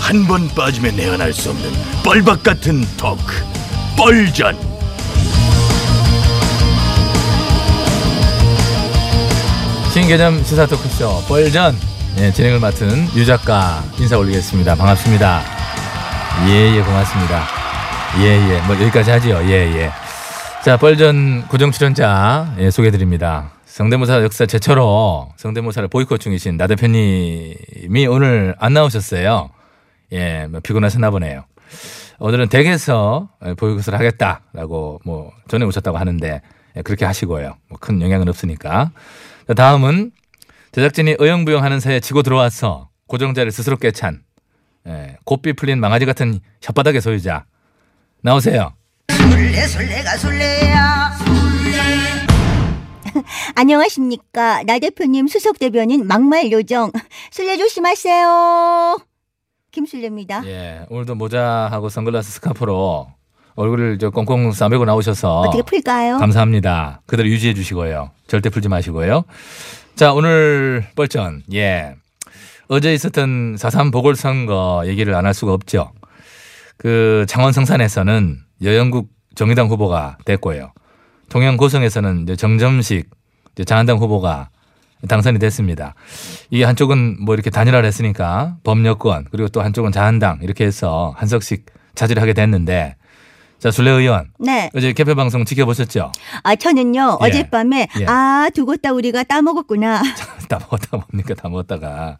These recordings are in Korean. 한 번 빠지면 내안할 수 없는 뻘박 같은 토크 뻘전 신개념 시사 토크쇼 뻘전 예, 진행을 맡은 유 작가 인사 올리겠습니다. 반갑습니다. 예예 고맙습니다. 예예 뭐 여기까지 하지요. 예예 자 뻘전 고정 출연자 예, 소개드립니다. 성대모사 역사 제철로 성대모사를 보이콧 중이신 나 대표님이 오늘 안 나오셨어요. 예, 뭐 피곤하셨나 보네요. 오늘은 댁에서 예, 보이콧을 하겠다라고 뭐 전에 오셨다고 하는데 예, 그렇게 하시고요. 뭐 큰 영향은 없으니까. 자, 다음은 제작진이 의형부영하는 사이에 지고 들어와서 고정자를 스스로 깨찬 예, 곱비 풀린 망아지 같은 혓바닥의 소유자 나오세요. 술래 술래가 술래야 안녕하십니까. 나 대표님 수석 대변인 막말 요정. 술래 조심하세요. 김술래입니다. 예, 오늘도 모자하고 선글라스 스카프로 얼굴을 저 꽁꽁 싸매고 나오셔서 어떻게 풀까요? 감사합니다. 그대로 유지해 주시고요. 절대 풀지 마시고요. 자, 오늘 뻘전. 예. 어제 있었던 4.3 보궐선거 얘기를 안 할 수가 없죠. 그 창원 성산에서는 여영국 정의당 후보가 됐고요. 통영 고성에서는 이제 정점식 이제 자한당 후보가 당선이 됐습니다. 이게 한쪽은 뭐 이렇게 단일화를 했으니까 법여권 그리고 또 한쪽은 자한당 이렇게 해서 한석씩 차지를 하게 됐는데 자, 순례 의원. 네. 어제 개표 방송 지켜보셨죠? 아, 저는요, 예. 어젯밤에, 예. 아, 두고따 우리가 따먹었구나. 다 먹었다 뭡니까? 다 먹었다가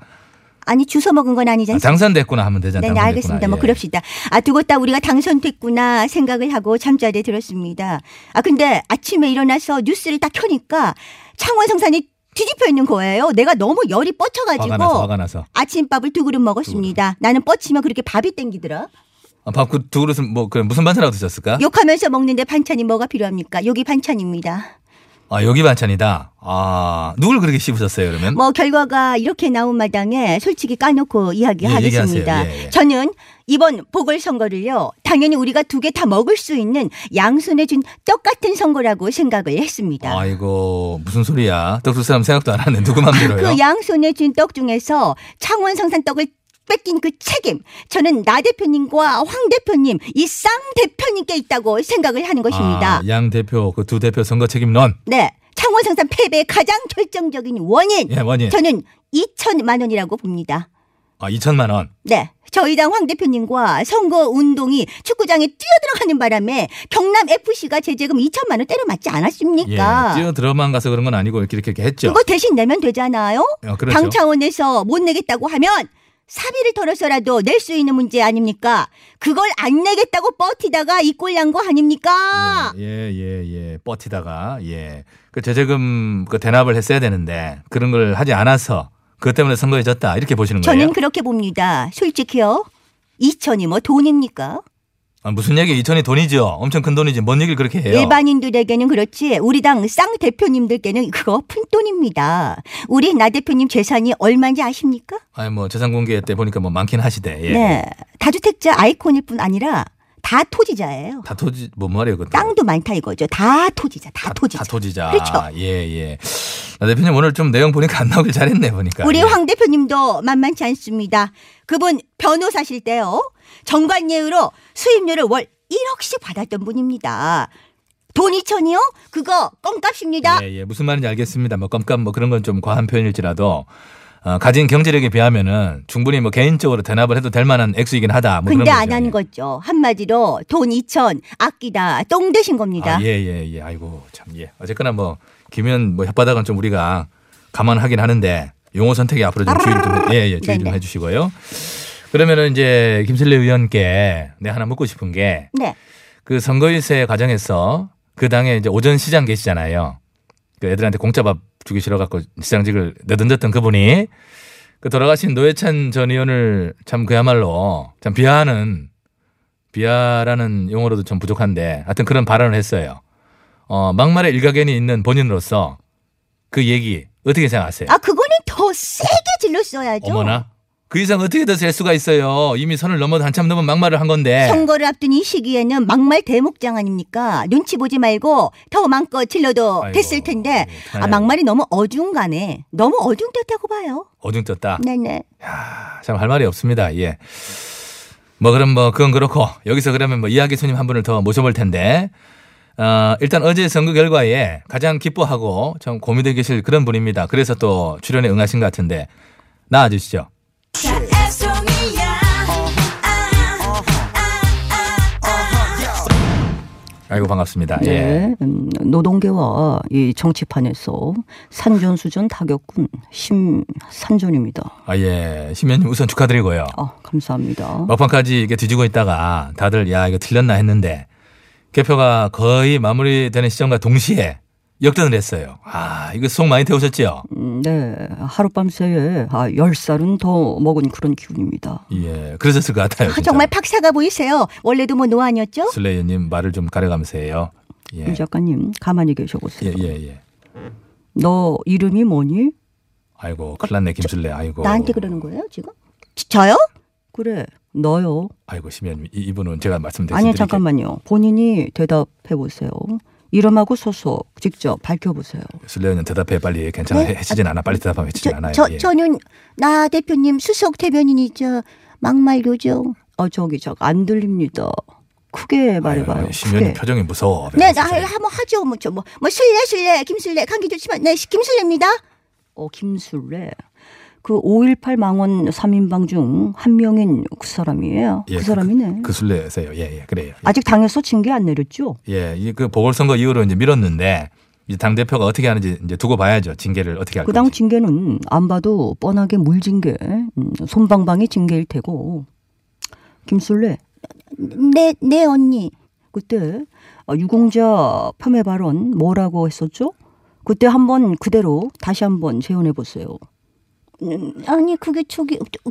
아니, 주워 먹은 건 아니지 아, 않습니까? 당선됐구나 예. 하면 되잖아요. 네, 네, 알겠습니다. 뭐, 그럽시다. 아, 두고따 우리가 당선됐구나 생각을 하고 잠자리에 들었습니다. 아, 근데 아침에 일어나서 뉴스를 딱 켜니까 창원성산이 뒤집혀 있는 거예요. 내가 너무 열이 뻗쳐가지고. 화가 나서 화가 나서 아침밥을 두 그릇 먹었습니다. 나는 뻗치면 그렇게 밥이 땡기더라. 아, 밥그 두 그릇은 뭐 그 무슨 반찬하고 드셨을까? 욕하면서 먹는데 반찬이 뭐가 필요합니까? 여기 반찬입니다. 아 여기 반찬이다. 아 누굴 그렇게 씹으셨어요 그러면? 뭐 결과가 이렇게 나온 마당에 솔직히 까놓고 이야기하겠습니다. 얘기하세요. 예, 예. 저는 이번 보궐선거를요. 당연히 우리가 두 개 다 먹을 수 있는 양손에 준 떡 같은 선거라고 생각을 했습니다. 아이고 무슨 소리야? 떡줄 사람 생각도 안 하는데 누구 맘대로요? 그 양손에 준 떡 중에서 창원성산 떡을 뺏긴 그 책임 저는 나 대표님과 황 대표님 이 쌍 대표님께 있다고 생각을 하는 것입니다. 아, 양 대표 그 두 대표 선거 책임 넌. 네. 창원성산 패배의 가장 결정적인 원인. 예 원인. 저는 2천만 원이라고 봅니다. 아 2천만 원. 네. 저희 당 황 대표님과 선거 운동이 축구장에 뛰어들어가는 바람에 경남 FC가 제재금 2천만 원 때려 맞지 않았습니까? 예. 뛰어 들어만 가서 그런 건 아니고 이렇게 이렇게 했죠. 그거 대신 내면 되잖아요. 어, 그렇죠. 당 차원에서 못 내겠다고 하면 사비를 털어서라도 낼 수 있는 문제 아닙니까? 그걸 안 내겠다고 뻗티다가 이 꼴 난 거 음, 아닙니까? 예예예 뻗티다가 예그 제재금 그 대납을 했어야 되는데 그런 걸 하지 않아서 그것 때문에 선거에 졌다 이렇게 보시는 거예요? 저는 그렇게 봅니다. 솔직히요. 2천이 뭐 돈입니까? 아, 무슨 얘기 2천이 돈이죠 엄청 큰 돈이지 뭔 얘기를 그렇게 해요? 일반인들에게는 그렇지 우리 당 쌍 대표님들께는 그거 푼돈입니다. 우리 나 대표님 재산이 얼마인지 아십니까? 아니 뭐 재산 공개 때 보니까 뭐 많긴 하시대 예. 네. 다주택자 아이콘일 뿐 아니라 다 토지자예요. 다 토지 뭐 말이에요 그것도 땅도 많다 이거죠. 다 토지자, 다 토지자. 다 토지자 그렇죠. 예예 나 대표님 오늘 좀 내용 보니까 안 나오길 잘했네 보니까 우리 예. 황 대표님도 만만치 않습니다. 그분 변호사실 때요. 정관예우로 수임료를 월 1억씩 받았던 분입니다. 돈 2천이요? 그거 껌값입니다. 예, 예. 무슨 말인지 알겠습니다. 뭐 깜깜 뭐 그런 건 좀 과한 표현일지라도 어, 가진 경제력에 비하면은 충분히 뭐 개인적으로 대납을 해도 될 만한 액수이긴 하다. 뭐 근데 그런 안 거죠. 한 거죠. 한마디로 돈 2천 아끼다 똥 되신 겁니다. 아, 예, 예, 예. 아이고, 참, 예. 어쨌거나 뭐, 김현 뭐 혓바닥은 좀 우리가 감안하긴 하는데, 용어 선택에 앞으로 좀 주의를 좀, 해- 예, 예, 주의 좀 네네. 해주시고요. 그러면은 이제 김슬래 의원께 내가 하나 묻고 싶은 게, 네. 그 선거일세 과정에서 그 당에 이제 오전 시장 계시잖아요. 그 애들한테 공짜밥 주기 싫어갖고 시장직을 내던졌던 그분이 그 돌아가신 노회찬 전 의원을 참 그야말로 참 비하하는 비하라는 용어로도 좀 부족한데 하여튼 그런 발언을 했어요. 어, 막말의 일가견이 있는 본인으로서 그 얘기 어떻게 생각하세요? 아 그거는 더 세게 질러 써야죠. 어머나. 그 이상 어떻게 더 셀 수가 있어요. 이미 선을 넘어 한참 넘은 막말을 한 건데. 선거를 앞둔 이 시기에는 막말 대목장 아닙니까? 눈치 보지 말고 더 마음껏 질러도 아이고, 네. 됐을 텐데 어떡하냐. 아, 막말이 너무 어중간해. 너무 어중뜻하고 봐요. 어중떴다. 네네. 참 할 말이 없습니다. 예. 뭐 그럼 뭐 그건 그렇고 여기서 그러면 뭐 이야기 손님 한 분을 더 모셔볼 텐데 어, 일단 어제 선거 결과에 가장 기뻐하고 참 고민되어 계실 그런 분입니다. 그래서 또 출연에 응하신 것 같은데 나와주시죠. 아이고 반갑습니다. 예. 네, 음, 노동계와 이 정치판에서 산전수전 타격군 심산전입니다. 아 예. 심연님 우선 축하드리고요. 아, 감사합니다. 막판까지 이게 뒤지고 있다가 다들 야 이거 틀렸나 했는데 개표가 거의 마무리되는 시점과 동시에 역전을 했어요. 아 이거 속 많이 태우셨지요? 음, 네, 하룻밤새에 아, 열 살은 더 먹은 그런 기분입니다. 예, 그러셨을 것 같아요. 아, 진짜. 정말 팍사가 보이세요. 원래도 뭐 노안이었죠? 슬레이어님 말을 좀 가려가면서 해요. 예, 유 작가님 가만히 예, 계셔보세요. 예, 예. 너 이름이 뭐니? 아이고 큰일났네 김슬레. 아이고. 나한테 그러는 거예요 지금? 지- 저요? 그래, 너요. 아이고 심연님 이- 이분은 제가 말씀드린. 아니 잠깐만요. 본인이 대답해 보세요. 이름하고 소속 직접 밝혀보세요. 슬레이어님 대답해 빨리 괜찮아 네? 해- 해치진 않아 빨리 대답하면 해치진 않아요. 저, 예. 저, 는나 대표님 수석 대변인이죠. 막말 요정. 아 저기 저안 들립니다. 크게 말해봐요. 아유, 심연님 크게. 표정이 무서워. 네, 나 한번 하죠. 뭐, 저, 뭐, 뭐, 술래, 술래, 김술래, 감기 좋지만, 네, 시- 김술래입니다. 어, 김술래. 그 5.18 망원 3인방 중 한 명인 그 사람이에요. 예, 그 아. 사람이네. 그 술래세요. 예, 예, 그래요. 예. 아직 당에서 징계 안 내렸죠? 예, 이 그 보궐선거 이후로 이제 미뤘는데 이제 당 대표가 어떻게 하는지 이제 두고 봐야죠. 징계를 어떻게 할 그 당 건지. 징계는 안 봐도 뻔하게 물징계, 음, 손방방이 징계일 테고. 김술래, 네, 네, 언니. 그때 어, 유공자 폄훼 발언 뭐라고 했었죠? 그때 한번 그대로 다시 한번 재연해 보세요. 음, 아니, 그게 저기, 오-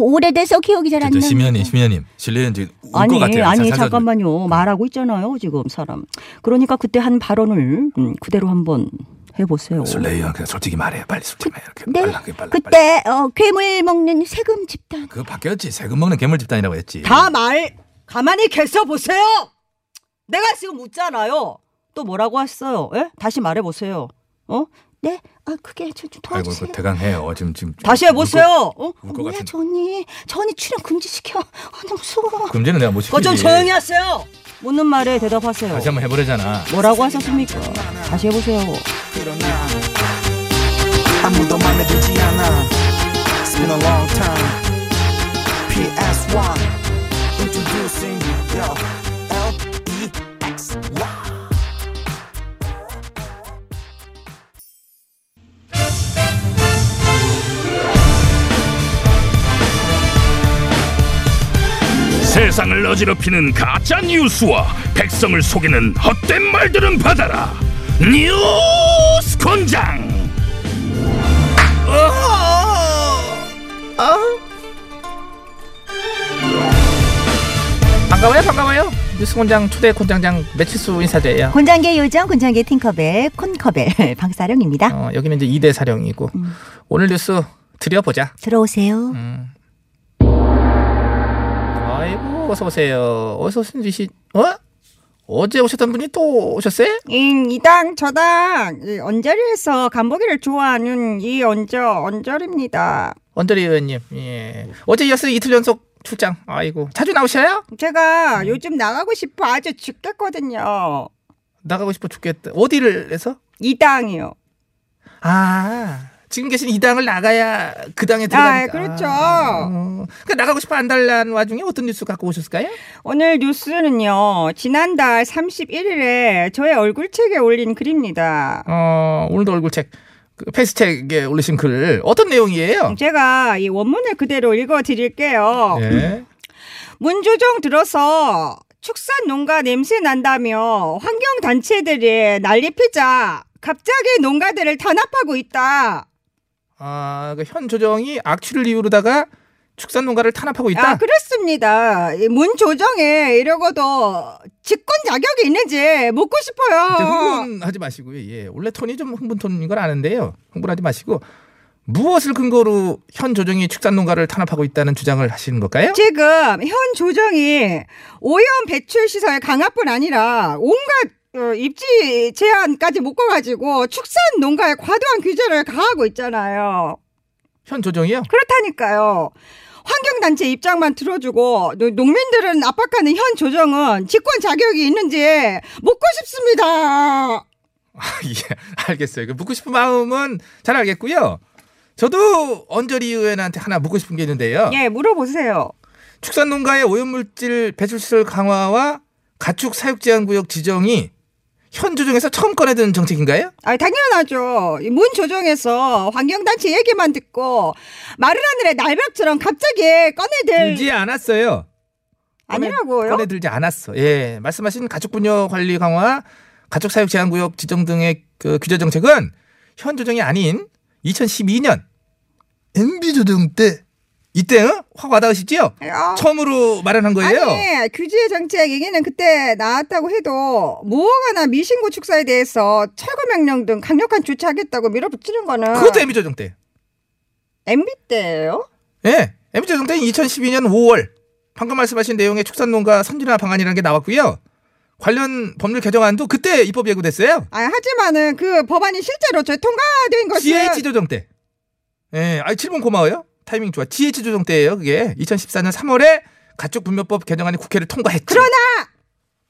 오- 오래돼서 기억이 잘 안 저 나. 그렇죠. 심연이 심연님 실례는 이제 아니 울것 같아요. 아니 살살- 잠깐만요 말하고 있잖아요 지금 사람 그러니까 그때 한 발언을 음, 그대로 한번 해보세요 술래요. 그냥 솔직히 말해. 빨리 솔직히 말해. 이렇게 네, 빨라, 빨라, 빨라. 그때, 어, 괴물 먹는 세금 집단. 그거 바뀌었지. 세금 먹는 괴물 집단이라고 했지. 다 말 가만히 계셔 보세요 내가 지금 웃잖아요 또 뭐라고 했어요 예? 다시 말해보세요 어 네, 아, 그게 저, 좀 아이고 그 도와주세요. 대강해요. 지금 지금 다시 해보세요 어? 울것 뭐야, 같은. 저 언니. 저 언니 출연 금지시켜. 아, 나 무서워. 금지는 내가 못 시키지. 그거 좀 조용히 하세요 묻는 말에 대답하세요 다시 한번 해보려잖아. 뭐라고 하셨습니까 다시 해보세요 아무도 맘에 들지 않아 It's been a long time PSY Introducing you yo E L-E-X-Y 세상을 어지럽히는 가짜 뉴스와 백성을 속이는 헛된 말들은 받아라. 뉴스 권장. 반가워요 반가워요 뉴스공장 초대 공장장 매치수 인사드려요 곤장계 요정, 곤장계 팅커벨, 콘커벨, 방사령입니다. 어, 여기는 이제 2대 사령이고 음. 오늘 뉴스 드려보자 들어오세요. 아이고 어서 오세요 어서 오신 분이 어? 어제 오셨던 분이 또 오셨어요? 음, 이당 저당 이 언저리에서 간보기를 좋아하는 이 언저 언저리입니다. 언저리 의원님 예. 어제 이어서 이틀 연속 출장 아이고 자주 나오셔요? 제가 요즘 나가고 싶어 아주 죽겠거든요. 나가고 싶어 죽겠다 어디를 해서? 이당이요. 아 지금 계신 이 당을 나가야 그 당에 들어가니까 그렇죠. 어. 그러니까 나가고 싶어 안 달라는 와중에 어떤 뉴스 갖고 오셨을까요? 오늘 뉴스는요. 지난달 31일에 저의 얼굴책에 올린 글입니다. 어, 오늘도 얼굴책 그 페이스책에 올리신 글 어떤 내용이에요? 제가 이 원문을 그대로 읽어 드릴게요. 예. 문조정 들어서 축산 농가 냄새 난다며 환경 단체들이 난리 피자 갑자기 농가들을 탄압하고 있다. 아, 그현 조정이 악취를 이유로다가 축산 농가를 탄압하고 있다. 아, 그렇습니다. 이문 조정에 이러고도 직권 자격이 있는지 묻고 이제 싶어요. 흥분하지 마시고요. 예. 원래 톤이 좀 흥분 톤인 걸 아는데요. 흥분하지 마시고 무엇을 근거로 현 조정이 축산농가를 탄압하고 있다는 주장을 하시는 걸까요? 지금 현 조정이 오염 배출 시설 강화뿐 아니라 온갖 어, 입지 제한까지 묶어가지고 축산 농가에 과도한 규제를 가하고 있잖아요. 현 조정이요? 아, 그렇다니까요. 환경단체 입장만 들어주고 노- 농민들은 압박하는 현 조정은 집권 자격이 있는지 묻고 싶습니다. 예, 알겠어요. 그 묻고 싶은 마음은 잘 알겠고요. 저도 언저리 의원한테 하나 묻고 싶은 게 있는데요. 예, 물어보세요. 축산농가의 오염물질 배출시설 강화와 가축 사육 제한 구역 지정이 현 조정에서 처음 꺼내드는 정책인가요? 아, 당연하죠. 이문 조정에서 환경단체 얘기만 듣고 마른 하늘의 날벽처럼 갑자기 꺼내들 들지 않았어요. 아니라고요? 꺼내들지 않았어. 예, 말씀하신 가축 분뇨 관리 강화, 가축 사육 제한 구역 지정 등의 그 규제 정책은 현 조정이 아닌 2012년 MB 조정 때 이때 어? 확 와닿으시지요? 아, 처음으로 마련한 거예요. 아니 규제 정책 얘기는 그때 나왔다고 해도 무허가나 미신고 축사에 대해서 철거 명령 등 강력한 조치하겠다고 밀어붙이는 거는 그것도 MB 조정 때. MB 때예요? 예, MB 조정 때 2012년 5월 방금 말씀하신 내용의 축산농가 선진화 방안이라는 게 나왔고요. 관련 법률 개정안도 그때 입법 예고됐어요. 아, 하지만은 그 법안이 실제로 저 통과된 것은 GH 조정 때. 예, 아 7번 고마워요. 타이밍 좋아. GH 조정 때예요, 그게. 2014년 3월에 가축 분묘법 개정안이 국회를 통과했죠. 그러나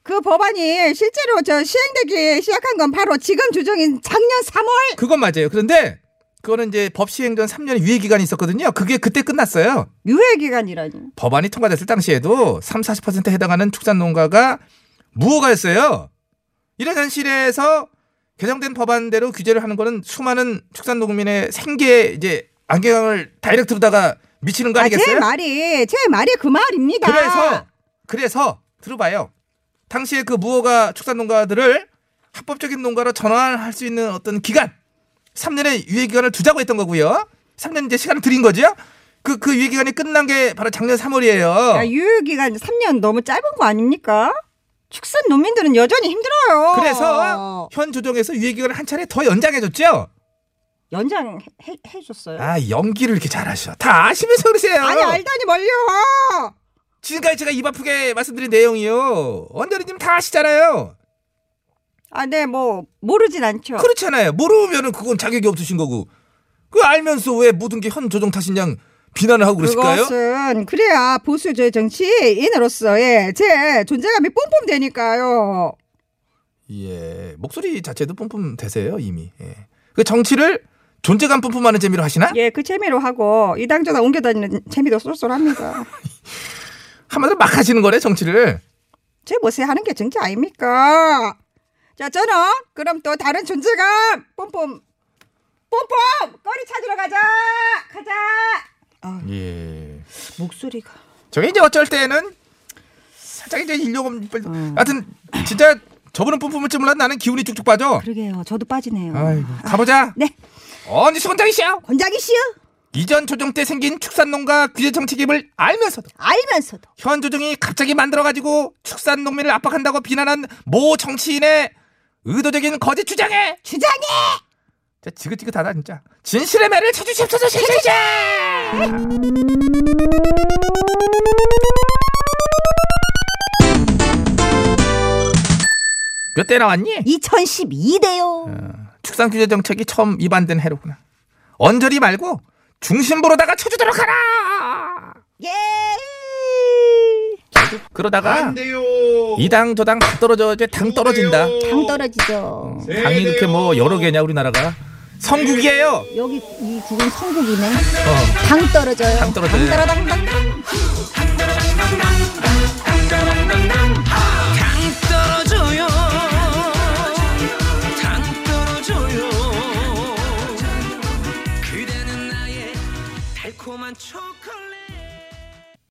그 법안이 실제로 저 시행되기 시작한 건 바로 지금 조정인 작년 3월 그건 맞아요. 그런데 그거는 이제 법 시행 전 3년의 유예 기간이 있었거든요. 그게 그때 끝났어요. 유예 기간이라니. 법안이 통과됐을 당시에도 3, 40%에 해당하는 축산 농가가 무허가였어요. 이런 현실에서 개정된 법안대로 규제를 하는 거는 수많은 축산 농민의 생계 이제 안경을 다이렉트로다가 미치는 거 아, 제 아니겠어요? 말이 제 말이 그 말입니다. 그래서 그래서 들어봐요. 당시에 그 무허가 축산 농가들을 합법적인 농가로 전환할 수 있는 어떤 기간 3년의 유예 기간을 두자고 했던 거고요. 3년 이제 시간을 드린 거죠. 그 그 유예 기간이 끝난 게 바로 작년 3월이에요. 야, 유예 기간 3년 너무 짧은 거 아닙니까? 축산 농민들은 여전히 힘들어요. 그래서 현 조정에서 유예 기간을 한 차례 더 연장해 줬죠. 연장 해, 해줬어요. 아 연기를 이렇게 잘하셔. 다 아시면서 그러세요. 아니 알다니 멀려. 지금까지 제가 입 아프게 말씀드린 내용이요. 언저리님 다 아시잖아요. 아네뭐 모르진 않죠. 그렇잖아요. 모르면은 그건 자격이 없으신 거고. 그 알면서 왜 모든 게 현 조정 탓인양 비난을 하고 그러실까요? 그것은 그래야 보수 저 정치인으로서의 예, 제 존재감이 뿜뿜 되니까요. 예. 목소리 자체도 뿜뿜 되세요, 이미. 예. 그 정치를 존재감 뿜뿜하는 재미로 하시나? 예, 그 재미로 하고 이당저당 옮겨다니는 재미도 쏠쏠합니다. 한마디로 막 하시는 거래, 정치를. 제 못에 하는 게 정치 아닙니까? 자, 저는 그럼 또 다른 존재감 뽐뽐 뽐뽐 거리 찾으러 가자. 가자. 예. 목소리가 저게 이제 어쩔 때는 살짝 이제 인력음 하여튼 진짜 저분은 뿜뿜을 줄 몰랐는데 나는 기운이 쭉쭉 빠져. 그러게요. 저도 빠지네요. 아이고. 가보자. 네. 언니 수건장이시여. 권장이 씨요? 이전 조정 때 생긴 축산농가 규제 정책임을 알면서도 알면서도 현 조정이 갑자기 만들어가지고 축산 농민을 압박한다고 비난한 모 정치인의 의도적인 거짓 주장에 주장이 진짜 지긋지긋하다 진짜 진실의 매를 찾으십시오 진실 몇대 나왔니? 2012대요. 축산 규제 정책이 처음 입안된 해로구나 언저리 말고 중심부로다가 쳐주도록 하라 예. 그러다가 이당 저당 다 떨어져 이제 당 떨어진다 예! 당 떨어지죠. 당이 이렇게 뭐 여러 개냐 우리나라가 성국이에요 여기 이 국은 천국이네. 당 떨어져요. 어. 당 떨어져요. 떨어당당. 그대는 나의 달콤한 초콜릿